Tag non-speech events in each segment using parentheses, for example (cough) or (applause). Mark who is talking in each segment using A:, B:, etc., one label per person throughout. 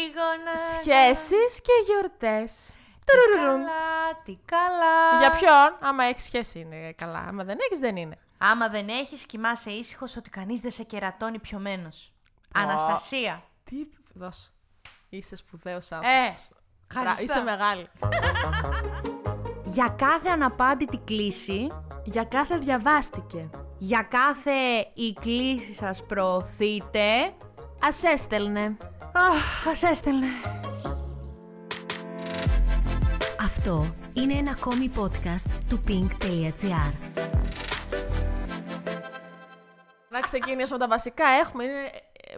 A: τρίγωνα.
B: Σχέσεις και γιορτές.
A: Τι
B: Τουρουρουρουν.
A: καλά, τι καλά.
B: Για ποιον, άμα έχεις σχέση είναι καλά. Άμα δεν έχεις, δεν είναι.
A: Άμα δεν έχεις, κοιμάσαι ήσυχος ότι κανείς δεν σε κερατώνει πιωμένος.
B: Πω.
A: Αναστασία.
B: Τι δώσ' Είσαι σπουδαίος
A: Ε,
B: άνθρωπο.
A: ευχαριστώ.
B: Είσαι μεγάλη.
A: Για κάθε αναπάντητη κλίση,
B: Για κάθε διαβάστηκε.
A: για κάθε η κλίση σας προωθείτε,
B: Ας έστελνε.
A: αχ, ας έστελνε.
B: (laughs)
C: Αυτό είναι ένα ακόμη podcast του pink.gr.
B: Να ξεκινήσουμε τα βασικά. Έχουμε. Είναι,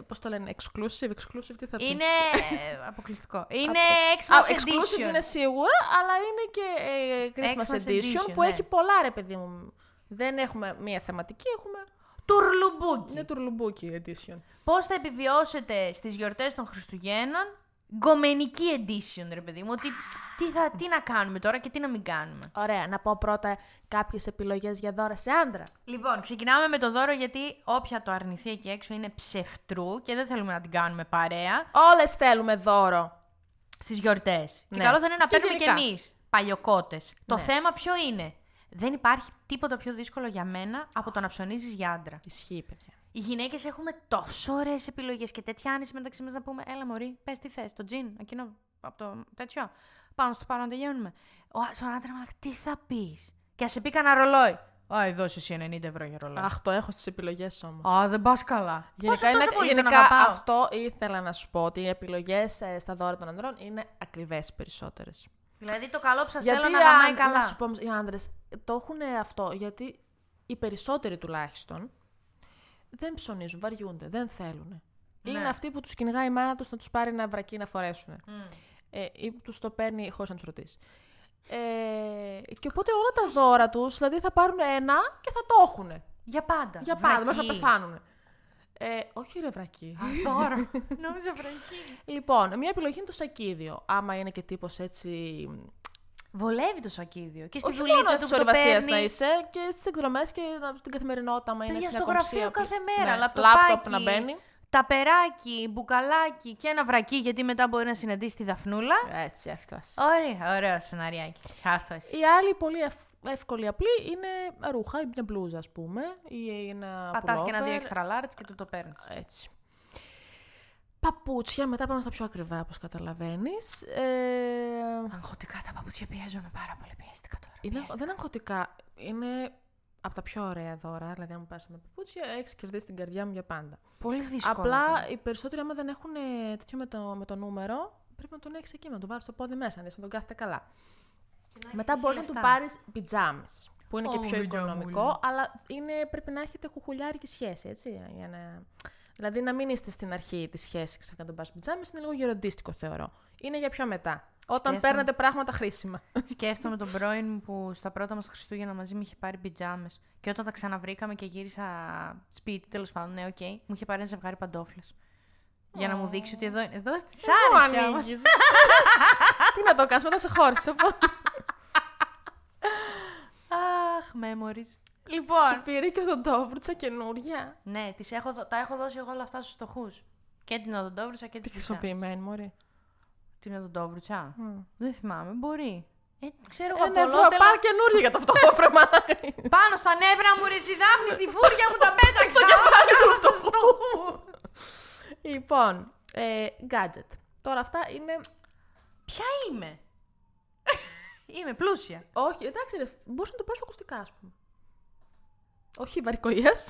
B: πώς το λένε, exclusive, exclusive, τι θα πει.
A: Είναι ε, αποκλειστικό. Είναι
B: Α,
A: Xmas
B: exclusive
A: Edition.
B: είναι σίγουρα, αλλά είναι και ε, Christmas,
A: Xmas
B: edition,
A: edition,
B: που
A: ναι.
B: έχει πολλά ρε παιδί μου. Δεν έχουμε μία θεματική, έχουμε.
A: Τουρλουμπούκι.
B: Είναι τουρλουμπούκι edition.
A: Πώς θα επιβιώσετε στις γιορτές των Χριστουγέννων, γκομενική edition, ρε παιδί μου. Ότι τι, θα, τι να κάνουμε τώρα και τι να μην κάνουμε.
B: Ωραία, να πω πρώτα κάποιες επιλογές για δώρα σε άντρα.
A: Λοιπόν, ξεκινάμε με το δώρο γιατί όποια το αρνηθεί εκεί έξω είναι ψευτρού και δεν θέλουμε να την κάνουμε παρέα
B: Όλες θέλουμε δώρο.
A: στις γιορτές. Και
B: Ναι.
A: καλό θα είναι να
B: Και
A: παίρνουμε
B: γενικά.
A: κι εμείς παλιοκότες. Το
B: Ναι.
A: θέμα ποιο είναι. Δεν υπάρχει τίποτα πιο δύσκολο για μένα από το να ψωνίζεις για άντρα.
B: Ισχύει, παιδιά.
A: Οι γυναίκες έχουμε τόσο ωραίες επιλογές και τέτοια άνεση μεταξύ μας να πούμε: Έλα, Μωρή, πες τι θες, το τζιν, εκείνο από το τέτοιο. Πάνω στο πάνω να τελειώνουμε. Ο, α- στον άντρα μας, τι θα πεις. Και ας σε πει κανένα ρολόι. Α, δώσε εσύ 90 ευρώ για ρολόι.
B: Αχ, το έχω στις επιλογές όμως.
A: Α, δεν πας καλά. Γενικά Πόσο, τόσο
B: Γενικά, είναι-
A: πολύ
B: γενικά
A: τον αγαπάω.
B: αυτό ήθελα να σου πω ότι οι επιλογές στα δώρα των ανδρών είναι ακριβές περισσότερες.
A: Δηλαδή το καλό που σα
B: Γιατί
A: θέλω να
B: οι
A: γαμάει
B: άν-
A: καλά.
B: να σου πω, όμως, οι άντρε το έχουν ε, αυτό. Γιατί οι περισσότεροι τουλάχιστον δεν ψωνίζουν, βαριούνται, δεν θέλουν.
A: Ναι.
B: Είναι αυτοί που τους κυνηγάει η μάνα τους να τους πάρει ένα βρακί να φορέσουν.
A: Μμ.
B: Ε, ή τους το παίρνει χωρίς να τους ρωτήσει. Ε, και οπότε όλα τα δώρα τους, δηλαδή θα πάρουν ένα και θα το έχουν.
A: Για πάντα.
B: Για πάντα, μέχρι να
A: Βρακί.
B: πεθάνουν. Ε, όχι ρε βρακί.
A: Α, Τώρα.
B: (laughs)
A: Νόμιζα βρακί.
B: Λοιπόν, μια επιλογή είναι το σακίδιο. Άμα είναι και τύπος έτσι.
A: Βολεύει το σακίδιο. Και στη
B: όχι μόνο
A: δουλίτσα του
B: της
A: που το
B: ορειβασία να
A: παίρνει.
B: είσαι και στις εκδρομές και να- στην καθημερινότητα. Άμα είναι
A: Παιδιά,
B: στην
A: στο
B: ακομψία
A: γραφείο
B: που- Ναι,
A: κάθε μέρα,
B: λάπτοπ
A: λαπτοπάκι.
B: να μπαίνει.
A: ταπεράκι, μπουκαλάκι και ένα βρακί, γιατί μετά μπορεί να συναντήσει τη Δαφνούλα.
B: Έτσι, αυτός.
A: Ωραία, ωραίο σενάριάκι. Αυτός.
B: Η άλλη πολύ ευ- εύκολη απλή είναι ρούχα ή μια μπλούζα, ας πούμε. Ή ένα
A: Πατάς και ένα
B: pullover.
A: δύο extra large και του το παίρνεις.
B: Έτσι. Παπούτσια, μετά πάμε στα πιο ακριβά, όπως καταλαβαίνεις. Ε,
A: Αγχωτικά τα παπούτσια πιέζομαι πάρα πολύ. Πιέστηκα τώρα.
B: Είναι,
A: πιέστηκα.
B: δεν είναι αγχωτικά. Είναι από τα πιο ωραία δώρα. Δηλαδή, αν μου πάρει με παπούτσια, έχεις κερδίσει την καρδιά μου για πάντα.
A: Πολύ δύσκολο.
B: Απλά
A: αυτό.
B: οι περισσότεροι, άμα δεν έχουν ε, τέτοιο με το, με το νούμερο, πρέπει να τον έχεις εκεί, να τον πάρει στο πόδι μέσα, να τον κάθεται καλά. Μετά
A: έχεις
B: μπορεί να
A: εσύ
B: του
A: λεφτά.
B: πάρει πιτζάμε, που είναι και
A: Ω,
B: πιο
A: γλυκιά μου
B: οικονομικό,
A: είναι.
B: αλλά είναι, πρέπει να έχετε χουχουλιάρικη σχέση, έτσι. Για να... Δηλαδή, να μην είστε στην αρχή της σχέσης και να τον πάρει πιτζάμε, είναι λίγο γεροντίστικο, θεωρώ. Είναι για πιο μετά. Όταν
A: Σκέφτομαι.
B: παίρνετε πράγματα χρήσιμα. (laughs)
A: Σκέφτομαι τον πρώην μου που στα πρώτα μας Χριστούγεννα μαζί μου είχε πάρει πιτζάμε. Και όταν τα ξαναβρήκαμε και γύρισα σπίτι, τέλος πάντων, ναι, οκ, μου είχε πάρει ένα ζευγάρι παντόφλες. Για να μου δείξει ότι εδώ είναι. Εδώ στη
B: Δεν μου
A: άρεσε όμως.
B: ανοίγεις. Τι να το κάνω, μετά σε χώρισε. οπότε
A: Αχ, memories. Λοιπόν.
B: Σου πήρε και τον Τόβρουτσα καινούρια.
A: Ναι, τις έχω, δω- τα έχω δώσει εγώ όλα αυτά στους στοχούς. Και την οδοντόβρουσα και
B: Τι
A: την πισά.
B: χρησιμοποιημένη, μωρή.
A: Την οδοντόβρουσα.
B: Μμ.
A: Δεν θυμάμαι, μπορεί. Ε, ξέρω εγώ,
B: Ένα ευρώ,
A: πολλότερα-
B: πάρ καινούρια για το φτωχό (laughs) φρεμά.
A: Πάνω στα νεύρα μου, ρε στη Δάφνη, στη φούρια μου τα πέταξα.
B: Στο (laughs) κεφάλι του φτωχού. Λοιπόν, ε, gadget. Τώρα αυτά είναι...
A: Ποια είμαι. είμαι πλούσια.
B: Όχι, εντάξει ρε, μπορείς να το πάρεις ακουστικά, ας πούμε. Όχι
A: (laughs)
B: βαρικογιές.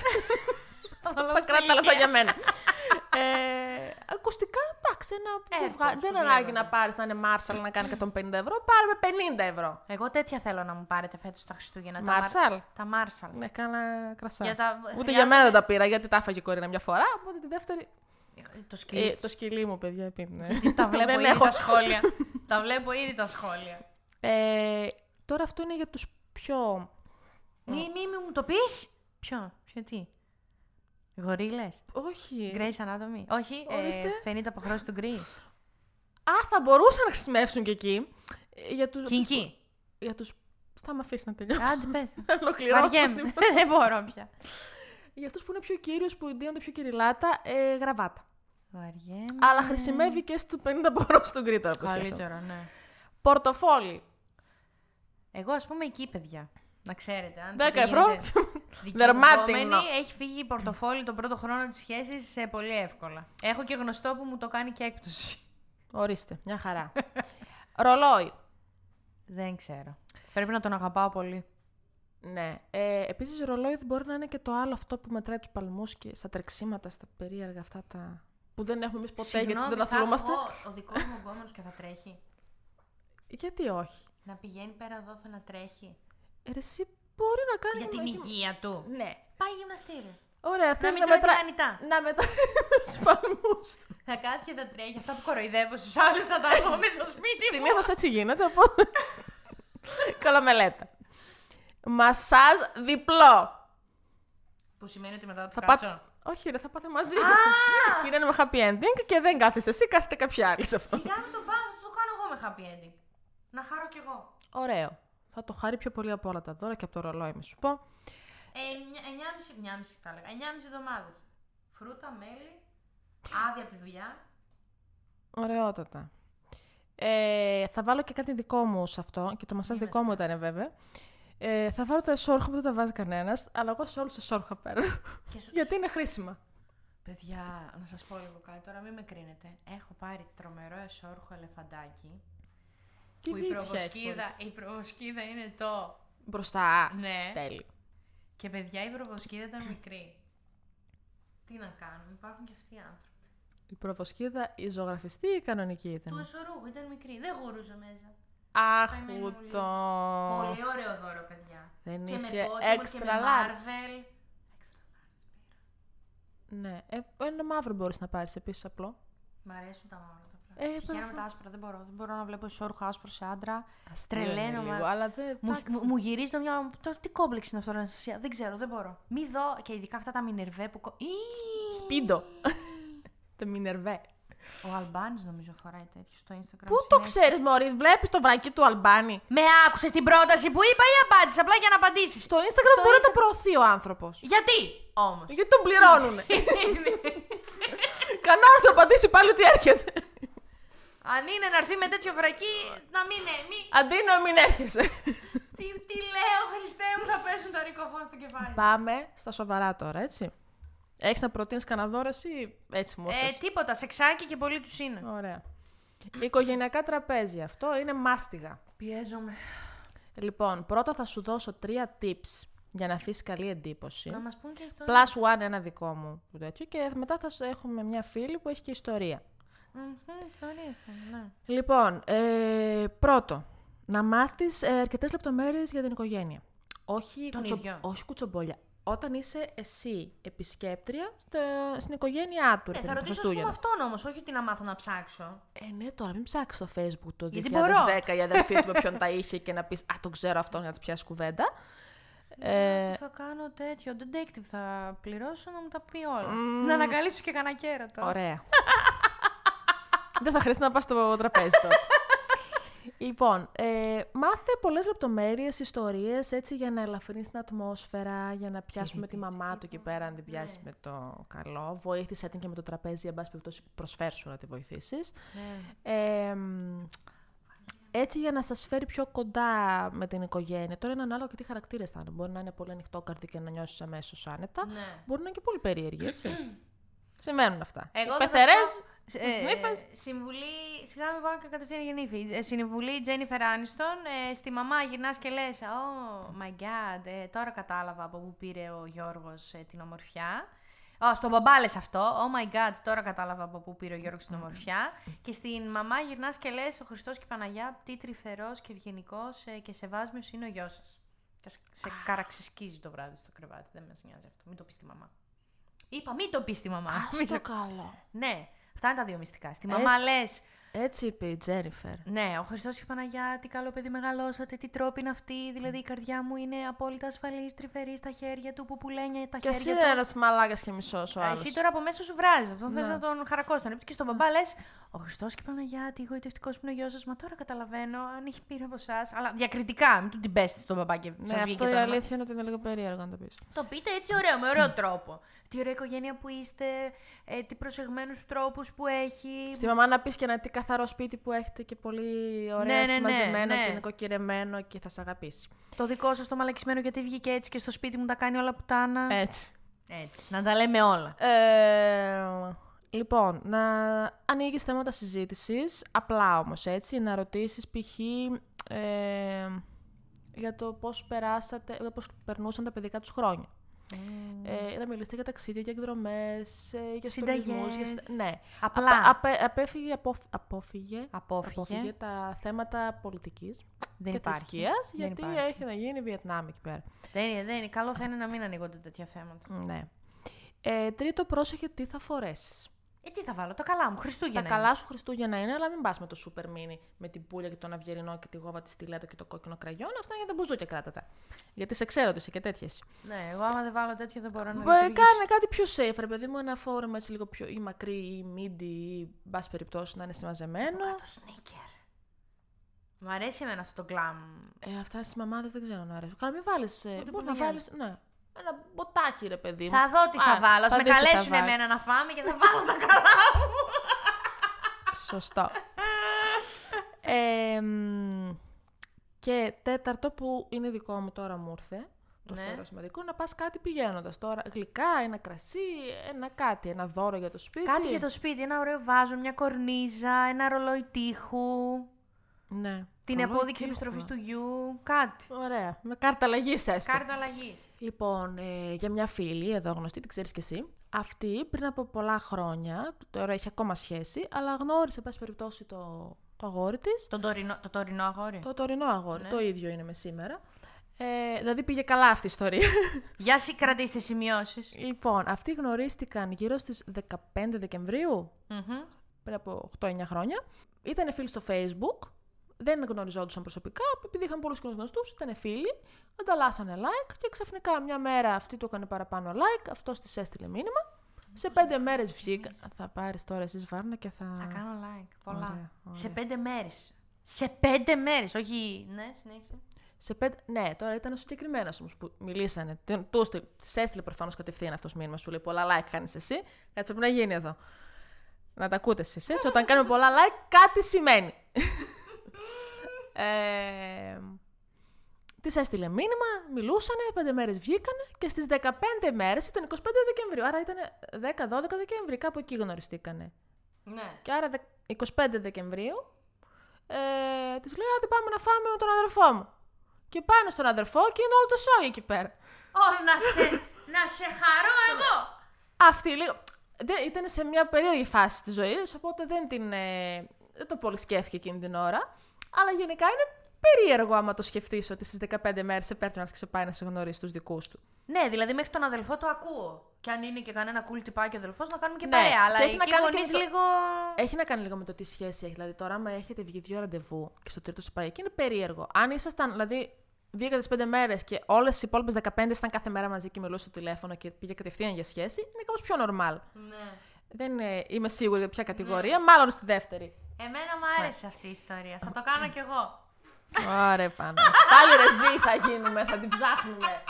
B: θα κρατά λεφτά για μένα. ε, ακουστικά, εντάξει, ένα
A: Εύκολο,
B: βγα- δεν
A: στους
B: ανάγκη
A: λέγονται.
B: να πάρεις να είναι Marshall να κάνει 150 ευρώ, πάρε με 50 ευρώ.
A: Εγώ τέτοια θέλω να μου πάρετε φέτος τα Χριστούγεννα. τα Μαρ-
B: Marshall.
A: Τα Μάρσαλ.
B: Ναι, κάνα κρασά.
A: Για τα-
B: Ούτε
A: χρειάζεται-
B: για μένα δεν τα πήρα, γιατί τα έφαγε η κορίνα μια φορά. Οπότε τη δεύτερη.
A: Το
B: Ε,
A: σκυλί.
B: το σκυλί μου, παιδιά, (laughs) επίνδυνε.
A: Τα βλέπω
B: δεν
A: ήδη
B: έχω.
A: τα
B: (laughs)
A: σχόλια. τα βλέπω ήδη τα σχόλια.
B: Ε, τώρα αυτό είναι για τους πιο.
A: Μη, μη, μη μου το πεις. Ποιο, ποιο τι. Γορίλες.
B: Όχι.
A: Grey's Anatomy. Όχι,
B: Ορίστε.
A: ε, φαίνεται από χρόση του
B: (laughs)
A: γκρι.
B: Α, θα μπορούσαν να χρησιμεύσουν και εκεί. Ε, Για τους.
A: Κινκί.
B: Για τους... Θα με αφήσεις να τελειώσω.
A: Άντε πες.
B: (laughs) Να
A: (laughs)
B: ολοκληρώσω.
A: Βαριέμαι.
B: την-
A: Δεν μπορώ πια.
B: Για αυτούς που είναι πιο κύριο, που ντύνονται πιο κυριλάτα, ε, γραβάτα.
A: Βαριέμαι.
B: Αλλά χρησιμεύει και στο 50 μπορώ στον Κρήτα. όπως σκέφτομαι.
A: Καλύτερα, ναι.
B: Πορτοφόλι.
A: Εγώ ας πούμε εκεί, παιδιά. Να ξέρετε. Αν
B: 10
A: τούτο
B: ευρώ. (laughs)
A: γίνεται
B: Δερμάτινο.
A: δικαιολογούμενη, έχει φύγει η πορτοφόλι τον πρώτο χρόνο της σχέσης πολύ εύκολα. Έχω και γνωστό που μου το κάνει και έκπτωση.
B: Ορίστε, μια χαρά. (laughs) Ρολόι.
A: Δεν ξέρω. Πρέπει να τον αγαπάω πολύ.
B: Ναι. Ε, Επίσης, ρολόι μπορεί να είναι και το άλλο αυτό που μετράει τους παλμούς και στα τρεξίματα, στα περίεργα αυτά τα. που δεν έχουμε εμείς ποτέ γιατί δεν
A: Συγγνώμη, θα
B: αθλούμαστε.
A: έχω Ο δικός μου γκόμενο και θα τρέχει.
B: Γιατί όχι.
A: Να πηγαίνει πέρα εδώ, θα να τρέχει.
B: Ε, ρε, εσύ μπορεί να κάνει.
A: Για την
B: γυμναστική.
A: υγεία του.
B: Ναι.
A: Πάει γυμναστήριο.
B: Ωραία,
A: Να
B: θέλει
A: μην
B: να,
A: τρώει
B: μετρά... (laughs)
A: τηγανιτά.
B: να μετράει του παλμού του.
A: Θα κάτσει και θα τρέχει. Αυτά που κοροϊδεύω στους άλλους θα τα έχω μέσα στο σπίτι μου.
B: Συνήθως έτσι γίνεται,
A: (laughs)
B: οπότε. Καλομελέτα. Μασάζ διπλό.
A: Που σημαίνει ότι μετά θα
B: Θα
A: του κάτσω.
B: πάτε. Όχι, ρε, θα πάτε μαζί. (laughs) Ήταν με happy ending και δεν κάθεσαι εσύ, κάθεται κάποια άλλη σε αυτό.
A: Σιγά μην το πάω, θα το κάνω εγώ με happy ending. Να χαρώ κι εγώ.
B: Ωραίο. Θα το χάρει πιο πολύ από όλα τα δώρα και από το ρολόι, μου σου πω.
A: Ε, μια- εννιάμιση, μιάμιση θα έλεγα. Εννιάμιση εβδομάδες. Φρούτα, μέλι, άδεια από τη δουλειά.
B: Ωραιότατα. Ε, θα βάλω και κάτι δικό μου σε αυτό, και το μασάζ
A: Μην
B: δικό μου ήταν βέβαια. Ε, θα βάλω τα εσόρχα που δεν τα βάζει κανένας, αλλά εγώ σε όλους εσόρχα παίρνω.
A: (laughs) Και σου...
B: γιατί είναι χρήσιμα.
A: Παιδιά, να σας πω λίγο κάτι, τώρα μην με κρίνετε. Έχω πάρει τρομερό εσόρχο ελεφαντάκι.
B: Και
A: που η
B: γλίτσια έτσι
A: προβοσκίδα, η προβοσκίδα είναι το.
B: πολύ. Μπροστά.
A: Ναι.
B: Τέλειο.
A: Και παιδιά, η προβοσκίδα ήταν μικρή. Τι να κάνουμε, υπάρχουν και αυτοί οι άνθρωποι.
B: Η προβοσκίδα, η ζωγραφιστή ή η κανονική
A: Του
B: ήταν.
A: εσωρούχου ήταν μικρή, δεν γορούσε μέσα.
B: Αχ,
A: Καημένη μου
B: ούτω.
A: Πολύ ωραίο δώρο, παιδιά.
B: Δεν
A: και με
B: είχε
A: Pokemon και με
B: extra large.
A: Marvel.
B: Ναι, ε, ένα μαύρο μπορείς να πάρεις επίσης απλό.
A: Μ' αρέσουν τα μαύρα τα
B: Ε,
A: πράγματα. Συγχαίρω με
B: παραφα-
A: τα άσπρα, δεν μπορώ. Δεν μπορώ να βλέπω εσόρουχο άσπρο σε άντρα.
B: Αστείο είναι
A: Τρελαίνομαι.
B: λίγο, αλλά δεν.
A: Μου,
B: εντάξει.
A: μου, μου γυρίζει το μυαλό μου. Τώρα τι κόμπλεξ είναι αυτό, Αναστασία. Δεν ξέρω, δεν μπορώ. Μη δω και ειδικά αυτά τα μινερβέ που. κο- Ή!
B: Σπίντο. (laughs) Το Μινερβέ.
A: Ο Αλμπάνης νομίζω φοράει τέτοιο στο Instagram.
B: Πού το
A: συνέχεια.
B: ξέρεις, Μωρή, βλέπεις το βρακί του Αλμπάνη.
A: Με άκουσες την πρόταση που είπα ή απάντησες απλά για να απαντήσεις.
B: Στο Instagram μπορεί να τα προωθεί ο άνθρωπος.
A: Γιατί (laughs) όμως.
B: Γιατί τον πληρώνουν. (laughs) Κανένα θα απαντήσει πάλι ότι έρχεται.
A: Αν είναι να έρθει με τέτοιο βρακί, να μην είναι. Μη...
B: Αντί να μην έρχεσαι.
A: Τι, τι λέω, Χριστέ μου, θα πέσουν τα ρικοφόν στο κεφάλι.
B: (laughs)
A: Ε,
B: Πάμε στα σοβαρά τώρα, έτσι. Έχεις να προτείνεις κανένα δώρο ή έτσι μου
A: Ε,
B: ήρθες?
A: τίποτα, σεξάκι και πολύ τους είναι.
B: Ωραία. Οικογενειακά τραπέζια. Αυτό είναι μάστιγα.
A: Πιέζομαι.
B: Λοιπόν, πρώτα θα σου δώσω τρία tips για να αφήσεις καλή εντύπωση.
A: Να μας πούν και ιστορία.
B: Plus one ένα δικό μου που τέτοιο και μετά θα σου- έχουμε μια φίλη που έχει και ιστορία.
A: Μμμ, ιστορίες θα είναι, ναι.
B: Λοιπόν, ε, πρώτο, να μάθεις ε, αρκετές λεπτομέρειες για την οικογένεια. Όχι,
A: Των
B: κουτσο-
A: ίδιων.
B: όχι κουτσομπόλια. Όταν είσαι εσύ επισκέπτρια στο- στην οικογένειά του.
A: Ναι,
B: ρε παιδί
A: θα ρωτήσω
B: μου, τα
A: ας πούμε
B: Χριστούγεννα.
A: αυτόν όμως, όχι ότι να μάθω να ψάξω.
B: Ε, ναι, τώρα μην ψάξεις στο Facebook το 2010
A: Γιατί μπορώ.
B: η αδερφή του με ποιον τα είχε και να πεις Α, τον ξέρω αυτόν για να τη πιάσει κουβέντα.
A: Ε... Θα κάνω τέτοιο detective, θα πληρώσω να μου τα πει όλα. Να ανακαλύψω και κανένα κέρατο.
B: Ωραία. (laughs) Δεν θα χρειαστεί να πας στο τραπέζι τότε. λοιπόν, ε, μάθε πολλές λεπτομέρειες, ιστορίες, έτσι για να ελαφρύνεις την ατμόσφαιρα, για να πιάσουμε τη μαμά του εκεί πέρα, αν την πιάσεις με το καλό. Βοήθησε την και με το τραπέζι, εν πάση περιπτώσει προσφέρσου να τη βοηθήσεις.
A: Ναι.
B: Ε, μ, έτσι για να σας φέρει πιο κοντά με την οικογένεια. Τώρα είναι ανάλογο και τι χαρακτήρες θα είναι. Μπορεί να είναι πολύ ανοιχτόκαρδη και να νιώσεις αμέσως άνετα.
A: Ναι.
B: Μπορεί να είναι και πολύ
A: (clears throat)
B: περίεργη, έτσι. Συμβαίνουν αυτά.
A: Εγώ θα σας
B: Πεθερές, ε,
A: πω, ε,
B: με τις νύφες.
A: Συμβουλή. Σιγά μην πάω και κατευθείαν για νύφη. Ε, συμβουλή Τζένιφερ Άνιστον. Ε, στη μαμά γυρνάς και λες: Oh my god, ε, τώρα κατάλαβα από πού πήρε ο Γιώργος την ομορφιά. Ω, στον μπαμπά λες αυτό. Oh my god, τώρα κατάλαβα από πού πήρε ο Γιώργος την ομορφιά. και στην μαμά γυρνάς και λες: Ο Χριστός και η Παναγιά, τι τρυφερός και ευγενικός ε, και σεβάσμιος είναι ο γιος σας. Και σ- σε καραξεσκίζει το βράδυ στο κρεβάτι. Δεν μας νοιάζει αυτό. Μην το πεις στη μαμά. Είπα, μην το πεις στη μαμά. Μην το-
B: Στο καλό.
A: ναι, αυτά είναι τα δύο μυστικά. Στη μαμά
B: Έτσι.
A: λες,
B: Έτσι είπε η Τζένιφερ.
A: ναι, ο Χριστός και η Παναγιά, τι καλό παιδί μεγαλώσατε, τι τρόποι είναι αυτοί. Δηλαδή η καρδιά μου είναι απόλυτα ασφαλής, τρυφερής στα χέρια του, που πουλένια τα
B: Και εσύ
A: χέρια
B: είναι
A: του.
B: ένας μαλάκας και μισός ο Ναι.
A: Α,
B: άλλο. Ναι.
A: Εσύ τώρα από μέσα σου βράζεις. Αυτό θε να τον χαρακώσει. Τον και στον μπαμπά λες, Ο Χριστός και η Παναγιάτη, γοητευτικός που είναι ο γιος σας. Μα τώρα καταλαβαίνω αν έχει πήρε από εσάς. Αλλά διακριτικά, μην του την πέστε στον παπά και
B: Ναι,
A: σα βγήκε
B: αυτό
A: το
B: η
A: όνομα.
B: αλήθεια είναι ότι είναι λίγο περίεργο να το πεις.
A: Το πείτε έτσι ωραίο, με ωραίο τρόπο. Τι ωραία οικογένεια που είστε, ε, τι προσεγμένους τρόπους που έχει.
B: Στη μαμά να πεις και ένα τι καθαρό σπίτι που έχετε και πολύ ωραία
A: Ναι, ναι, ναι,
B: συμμαζεμένο
A: ναι.
B: και νοικοκυρεμένο και θα σε αγαπήσει.
A: Το δικό σας το μαλακισμένο γιατί βγήκε έτσι και στο σπίτι μου τα κάνει όλα πουτάνα.
B: Έτσι.
A: Έτσι, Ε, να τα λέμε όλα.
B: Ε, λοιπόν, να ανοίγεις θέματα συζήτησης, απλά όμως έτσι, να ρωτήσεις π.χ. Ε, για το πώς περάσατε, για πώς περνούσαν τα παιδικά τους χρόνια. Ε, να μιλήσετε για ταξίδια, για εκδρομές, για
A: Συνταγές.
B: συνταγέ. Για... συντα- Ναι.
A: Απλά.
B: Απα- απε- απέφυγε, απόφ- απόφυγε,
A: Απόφυγε.
B: τα θέματα πολιτικής
A: Δεν
B: και
A: υπάρχει.
B: θρησκείας,
A: Δεν
B: γιατί
A: υπάρχει.
B: έχει να γίνει Βιετνάμ εκεί πέρα.
A: Δεν είναι, δεν είναι. Καλό θα είναι να μην ανοίγονται τέτοια θέματα.
B: Ναι. Ε, τρίτο, πρόσεχε τι θα φορέσεις.
A: Ε, τι θα βάλω, τα καλά μου, Χριστούγεννα.
B: Τα καλά σου Χριστούγεννα είναι, αλλά μην πας με το σούπερ μίνι, με την πουλια και τον αυγερινό και τη γόβα τη στιλέτο και το κόκκινο κραγιόν. Αυτά είναι για τα μπουζούκια κράτατα. Γιατί σε ξέρω ότι είσαι και τέτοιες.
A: είναι. Ναι, εγώ άμα δεν βάλω τέτοιο δεν μπορώ να
B: Κάνε
A: λειτουργήσω.
B: κάτι πιο safe, ρε παιδί μου, ένα φόρμα έτσι λίγο πιο ή μακρύ ή μίντι ή μπας περιπτώσει να είναι συμμαζεμένο.
A: Το sneaker. Μ' αρέσει εμένα αυτό το glam.
B: Ε, αυτά στις μαμάδες δεν ξέρω να αρέσουν. Καλά, μην βάλεις. Ε,
A: Ούτε
B: μπορεί να βάλει.
A: πουθενιάς.
B: Ναι. Ένα μποτάκι, ρε παιδί μου.
A: Θα δω τι θα
B: Α,
A: βάλω. Ας με
B: δεις τι θα
A: καλέσουν
B: βάλεις.
A: εμένα να φάμε και θα βάλω τα καλά μου.
B: Σωστό. Ε, μ, και τέταρτο που είναι δικό μου τώρα μου ήρθε, το
A: Ναι.
B: θεωρώ σημαντικό, να πας κάτι πηγαίνοντας τώρα. Γλυκά, ένα κρασί, ένα κάτι, ένα δώρο για το σπίτι.
A: Κάτι για το σπίτι, ένα ωραίο βάζο, μια κορνίζα, ένα ρολόι τείχου.
B: Ναι.
A: Την
B: Καλό
A: απόδειξη
B: τείχο.
A: επιστροφής του γιου. Κάτι.
B: Ωραία. Με κάρτα αλλαγής έστω.
A: Κάρτα αλλαγής.
B: Λοιπόν, ε, για μια φίλη εδώ γνωστή, την ξέρεις κι εσύ. Αυτή πριν από πολλά χρόνια, τώρα έχει ακόμα σχέση, αλλά γνώρισε, πάση περιπτώσει, το, το αγόρι της
A: Το τωρινό, το τωρινό αγόρι.
B: Το τωρινό
A: Ναι.
B: αγόρι. Το ίδιο είναι με σήμερα. Ε, δηλαδή πήγε καλά αυτή η ιστορία.
A: Για σύ κρατήστε σημειώσεις.
B: λοιπόν, αυτοί γνωρίστηκαν γύρω στις 15 Δεκεμβρίου, πριν από 8-9 χρόνια. Ήταν φίλοι στο Facebook. Δεν γνωριζόντουσαν προσωπικά, επειδή είχαν πολλούς κοινού γνωστούς, ήταν φίλοι. Ανταλλάσσανε like και ξαφνικά μια μέρα αυτή του έκανε παραπάνω like, αυτός της έστειλε μήνυμα. Σε πέντε μέρες βγήκαν. Θα πάρεις τώρα εσύ βάρνα και θα.
A: Θα κάνω like. Πολλά.
B: Ωραία, ωραία.
A: Σε πέντε μέρες. Σε πέντε μέρες. Όχι. Ναι, συνέχισε.
B: Σε πέντε... Ναι, τώρα ήταν ο συγκεκριμένος όμως που μιλήσανε. Τον- Του έστειλε- της έστειλε προφανώς κατευθείαν αυτός μήνυμα. Σου λέει πολλά like κάνεις εσύ. Κάτι πρέπει να γίνει εδώ. Να τα ακούτε εσείς. Έτσι, όταν κάνουμε πολλά like, κάτι σημαίνει. ε, Της έστειλε μήνυμα, μιλούσανε, πέντε μέρες βγήκανε και στις 15 μέρες ήταν 25 Δεκεμβρίου. Άρα ήταν 10-12 Δεκεμβρίου, κάπου εκεί γνωριστήκανε.
A: Ναι.
B: Και άρα δε- 25 Δεκεμβρίου ε, της λέει: Άντε πάμε να φάμε με τον αδερφό μου. Και πάνε στον αδερφό και είναι όλο το σόγιο εκεί πέρα.
A: Ω, να σε, να σε χαρώ εγώ.
B: Αυτή λίγο. δεν- ήταν σε μια περίεργη φάση της ζωής, οπότε δεν, την, ε, δεν το πολύ σκέφτηκε εκείνη την ώρα. Αλλά γενικά είναι περίεργο άμα το σκεφτείς ότι στις 15 μέρες σε παίρνει να σε πάει να σε γνωρίσει τους δικούς του.
A: Ναι, δηλαδή μέχρι τον αδελφό το ακούω. Και αν είναι και κανένα cool τυπάκι ο αδελφός, να κάνουμε και
B: Ναι,
A: παρέα. Αλλά
B: και έχει να
A: εκεί οι
B: κάνει και
A: γονείς
B: με το-
A: λίγο.
B: Έχει να κάνει λίγο με το τι σχέση έχει. Δηλαδή, τώρα, άμα έχετε βγει δύο ραντεβού και στο τρίτο σε πάει εκεί, είναι περίεργο. Αν ήσασταν, δηλαδή, βγήκατε στις 5 μέρες και όλες οι υπόλοιπες 15 ήσταν κάθε μέρα μαζί και μιλούσε στο τηλέφωνο και πήγε κατευθείαν για σχέση, είναι κάπως πιο normal.
A: Ναι.
B: Δεν ε, είμαι σίγουρη για ποια κατηγορία, μάλλον στη δεύτερη.
A: Εμένα μου άρεσε αυτή η ιστορία. Θα το κάνω κι εγώ.
B: Ωραία, πάνω. (laughs) Πάλι ρεζί θα γίνουμε, θα την
A: (laughs)
B: ψάχνουμε.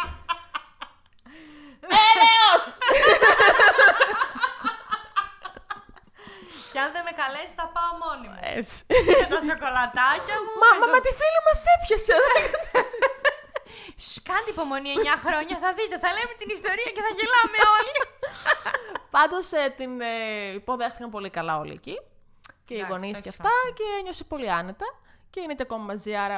A: Ε,
B: Έλεος!
A: Και αν δεν με καλέσεις, θα πάω μόνη μου.
B: Έτσι.
A: Και τα σοκολατάκια μου.
B: Μα, μα με τη φίλη μας
A: (laughs)
B: έπιασε.
A: Σ, Κάντε υπομονή 9 χρόνια, θα δείτε. Θα λέμε την ιστορία και θα γελάμε όλοι.
B: Πάντως ε, την ε, υποδέχθηκαν πολύ καλά όλοι εκεί. Και οι
A: Εντάξει,
B: γονείς
A: το
B: και
A: έχεις
B: αυτά. Και ένιωσε πολύ άνετα. Και είναι και ακόμα μαζί, άρα.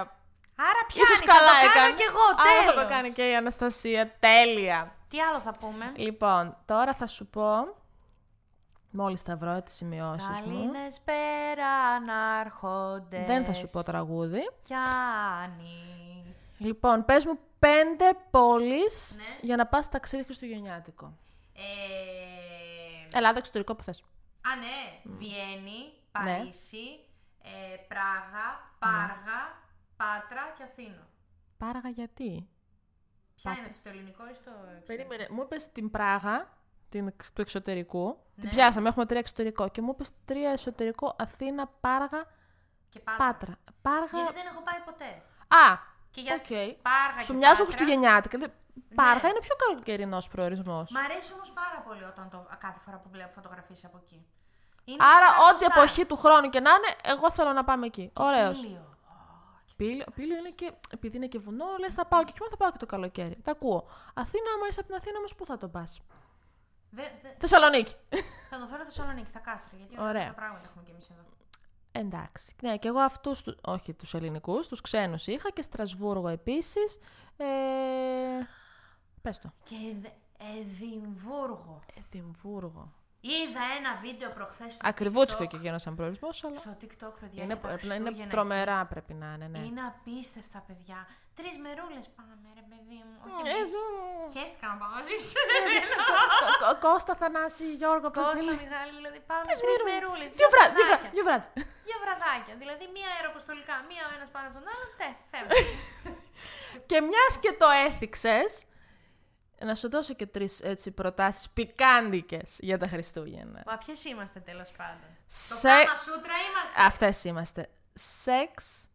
A: Άρα πιάνει,
B: ίσως
A: θα το κάνω κι εγώ,
B: Άρα
A: τέλος.
B: θα το κάνει και η Αναστασία. Τέλεια.
A: Τι άλλο θα πούμε.
B: Λοιπόν, τώρα θα σου πω. Μόλις τα βρω τις σημειώσεις μου.
A: Καλήνες πέρα να έρχονται.
B: Δεν θα σου πω τραγούδι.
A: Κι Άννη.
B: Λοιπόν, πες μου πέντε πόλεις
A: Ναι.
B: για να πας ταξίδι Χριστουγεννιάτικο.
A: Ε,
B: Ελλάδα, εξωτερικό που θες.
A: Α, ναι. Βιέννη, Παρίσι, ε, Πράγα, Πάργα,
B: Ναι.
A: Πάτρα και Αθήνα.
B: Πάραγα γιατί.
A: Ποια
B: Πάτρα.
A: είναι, στο ελληνικό ή στο εξωτερικό?
B: Περίμενε, μου είπες την Πράγα, την, του εξωτερικού.
A: Ναι.
B: Την πιάσαμε, έχουμε τρία εξωτερικό. Και μου είπες τρία εσωτερικό Αθήνα, Πάργα,
A: Και πάτρα.
B: Πάτρα. Πάργα.
A: Γιατί δεν έχω πάει ποτέ.
B: Α!
A: Και για
B: Οκ.
A: Πάργα
B: Σου
A: και
B: μοιάζουν
A: Πάτρα. Ναι.
B: Χριστουγεννιάτικα. δηλαδή, Πάργα είναι πιο καλοκαιρινός προορισμός.
A: Μ' αρέσει όμως πάρα πολύ όταν το, κάθε φορά που βλέπω φωτογραφίες από εκεί. Είναι
B: Άρα,
A: σαν
B: ό,τι
A: κοντά.
B: εποχή του χρόνου και να είναι, εγώ θέλω να πάμε εκεί. Ωραίο.
A: Ήλιο.
B: Πύλιο, πύλιο είναι και. Επειδή είναι και βουνό, λες θα πάω και χειμώνα, θα πάω και το καλοκαίρι. Τα ακούω. Αθήνα, άμα είσαι από την Αθήνα, όμως πού θα το πας.
A: Δε- δε-
B: Θεσσαλονίκη.
A: θα το φέρω Θεσσαλονίκη στα κάστρα. Γιατί
B: Ωραία.
A: ωραία. πράγματα έχουμε κι εμείς εδώ.
B: Εντάξει. Ναι, και εγώ αυτούς. Όχι τους ελληνικούς, τους ξένους είχα και Στρασβούργο επίσης. Ε... Πες το.
A: Και Εδ- Εδιμβούργο.
B: Εδιμβούργο.
A: Είδα ένα βίντεο προχθές στο
B: Ακριβούτσικο
A: TikTok.
B: και γίνω σαν προορισμός, αλλά.
A: Στο TikTok, παιδιά.
B: Είναι,
A: και τα
B: πρέπει να είναι
A: Χριστούγεννα
B: τρομερά πρέπει να είναι,
A: εκεί.
B: ναι.
A: Είναι απίστευτα, παιδιά. Τρεις μερούλες πάμε, ρε παιδί μου. Όχι,
B: Ε,
A: εμείς.
B: ζω.
A: Χαίστηκα να πάω. ζεις.
B: Ε, Κο- Κο- Κώστα, Θανάση, Γιώργο, πώς
A: Κώστα,
B: είναι.
A: Μιχάλη, δηλαδή πάμε
B: Τρεις
A: τρεις
B: μερούλες.
A: μερούλες.
B: Δύο βράδυ, δύο βράδυ, δύο βράδυ.
A: Δύο βραδάκια. Δηλαδή μία αεροποστολικά, μία ο ένας πάνω από τον άλλον. Τε,
B: (laughs)
A: φεύγει.
B: Και μιας και το έθιξες, να σου δώσω και τρεις έτσι προτάσεις πικάντικες για τα Χριστούγεννα.
A: Μα ποιες είμαστε τέλος πάντων. Το
B: Σε-
A: κάμα σούτρα είμαστε.
B: Αυτές είμαστε. Σεξ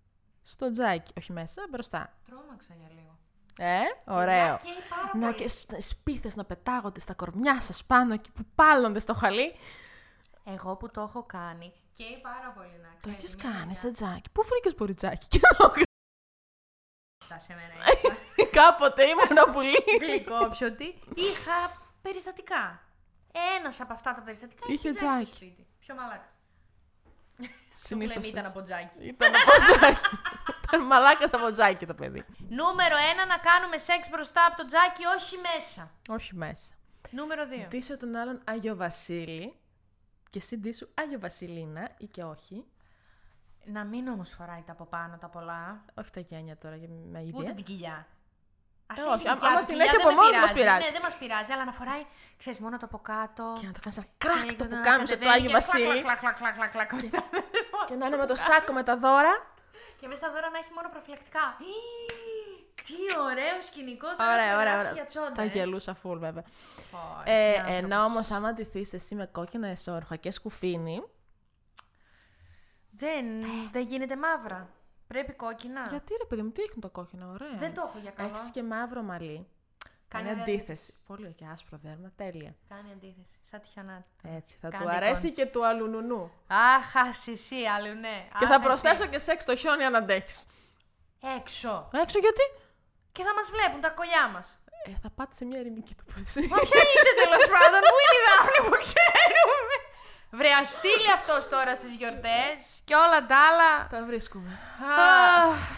B: στο τζάκι, όχι μέσα, μπροστά.
A: Τρώμαξα για λίγο.
B: Ε, ωραίο.
A: Καίει πάρα
B: Να
A: πολύ.
B: και σ- σπίθες να πετάγονται στα κορμιά σας πάνω εκεί που πάλλονται στο χαλί.
A: Εγώ που το έχω κάνει, καίει πάρα πολύ να
B: Το
A: ξέρεις,
B: έχεις
A: μια
B: κάνει
A: γυναίκα-
B: σε τζάκι. Πού βρήκες μπορεί τζάκι και το
A: Τα σε μένα
B: Κάποτε ήμουν πολύ. (laughs)
A: γλυκόψωτη. Είχα περιστατικά. Ένας από αυτά τα περιστατικά είχε,
B: Είχε
A: τζάκι,
B: τζάκι.
A: στο σπίτι. Πιο μαλάκας. Το
B: Συνήθως
A: πλεμμύ ήταν
B: έτσι.
A: από τζάκι.
B: Ήταν από τζάκι. Ήταν μαλάκας από τζάκι το παιδί.
A: Νούμερο ένα, να κάνουμε σεξ μπροστά από το τζάκι, όχι μέσα.
B: Όχι μέσα.
A: Νούμερο δύο.
B: Ντύσε τον άλλον Άγιο Βασίλη και εσύ ντύσου Άγιο Βασιλίνα ή και όχι.
A: Να μην όμως φοράει τα από πάνω τα πολλά.
B: Όχι τα γένια τώρα για με
A: Ούτε
B: ιδέα.
A: την κοιλιά. Ας
B: Ε, όχι,
A: έχει
B: άμα-
A: δικιά
B: άμα
A: του
B: την
A: κοιλιά,
B: έχει
A: δεν
B: από
A: με
B: μόνη μας πειράζει.
A: Ναι, δεν μας πειράζει, αλλά να φοράει, ξέρεις, μόνο το από κάτω.
B: Και να το κάνεις ένα
A: Ναι,
B: κράκ το
A: να
B: που κάνουμε το
A: κατεβαίνει
B: Άγιο
A: και
B: Βασίλη.
A: κλακ, κλακ, κλακ, κλακ, κλακ, κλακ.
B: Και να είναι με το σάκο με τα δώρα.
A: Και μέσα στα δώρα να έχει μόνο προφυλακτικά. Ή, Τι ωραίο σκηνικό τώρα
B: Ωραία,
A: έχουμε
B: ωραία,
A: γράψει
B: ωραία.
A: για τσόντα.
B: Τα
A: ε.
B: γελούσα φουλ βέβαια.
A: Πω, ρε,
B: Ε,
A: τι άνθρωπος.
B: ενώ όμως, άμα ντυθείς εσύ με κόκκινα εσόρχα και σκουφίνι.
A: Δεν, δεν γίνεται μαύρα. Πρέπει κόκκινα.
B: Γιατί ρε παιδί μου, τι έχουν το κόκκινο, ωραία.
A: Δεν το έχω για καλό.
B: Έχεις και μαύρο μαλλί. Κάνει
A: ωραία
B: αντίθεση. Πολύ και άσπρο δέρμα, τέλεια.
A: Κάνει αντίθεση. Σαν τη χιονάτη.
B: Έτσι, θα
A: Κάνει
B: του αρέσει
A: κόντς.
B: και του αλουνουνού.
A: Αχ, ασυσί, αλλού ναι.
B: Και
A: Αχ,
B: θα
A: εσύ.
B: προσθέσω και σεξ στο χιόνι αν αντέχεις.
A: Έξω.
B: Έξω γιατί.
A: Και θα μας βλέπουν τα κολλιά μας.
B: Ε, θα πάτε σε μια ερημική τοποθεσία.
A: Μα ποια είσαι τέλος πάντων, πού είναι η Δάφνη που ξέρουμε. Βρε, ας στείλει αυτός τώρα στις γιορτές και όλα τα άλλα.
B: Τα βρίσκουμε.
A: Αχ.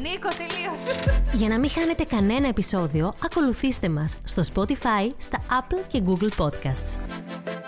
A: Νίκο, τελείωσε.
C: Για να μην χάνετε κανένα επεισόδιο, ακολουθήστε μας στο Spotify, στα Apple και Google Podcasts.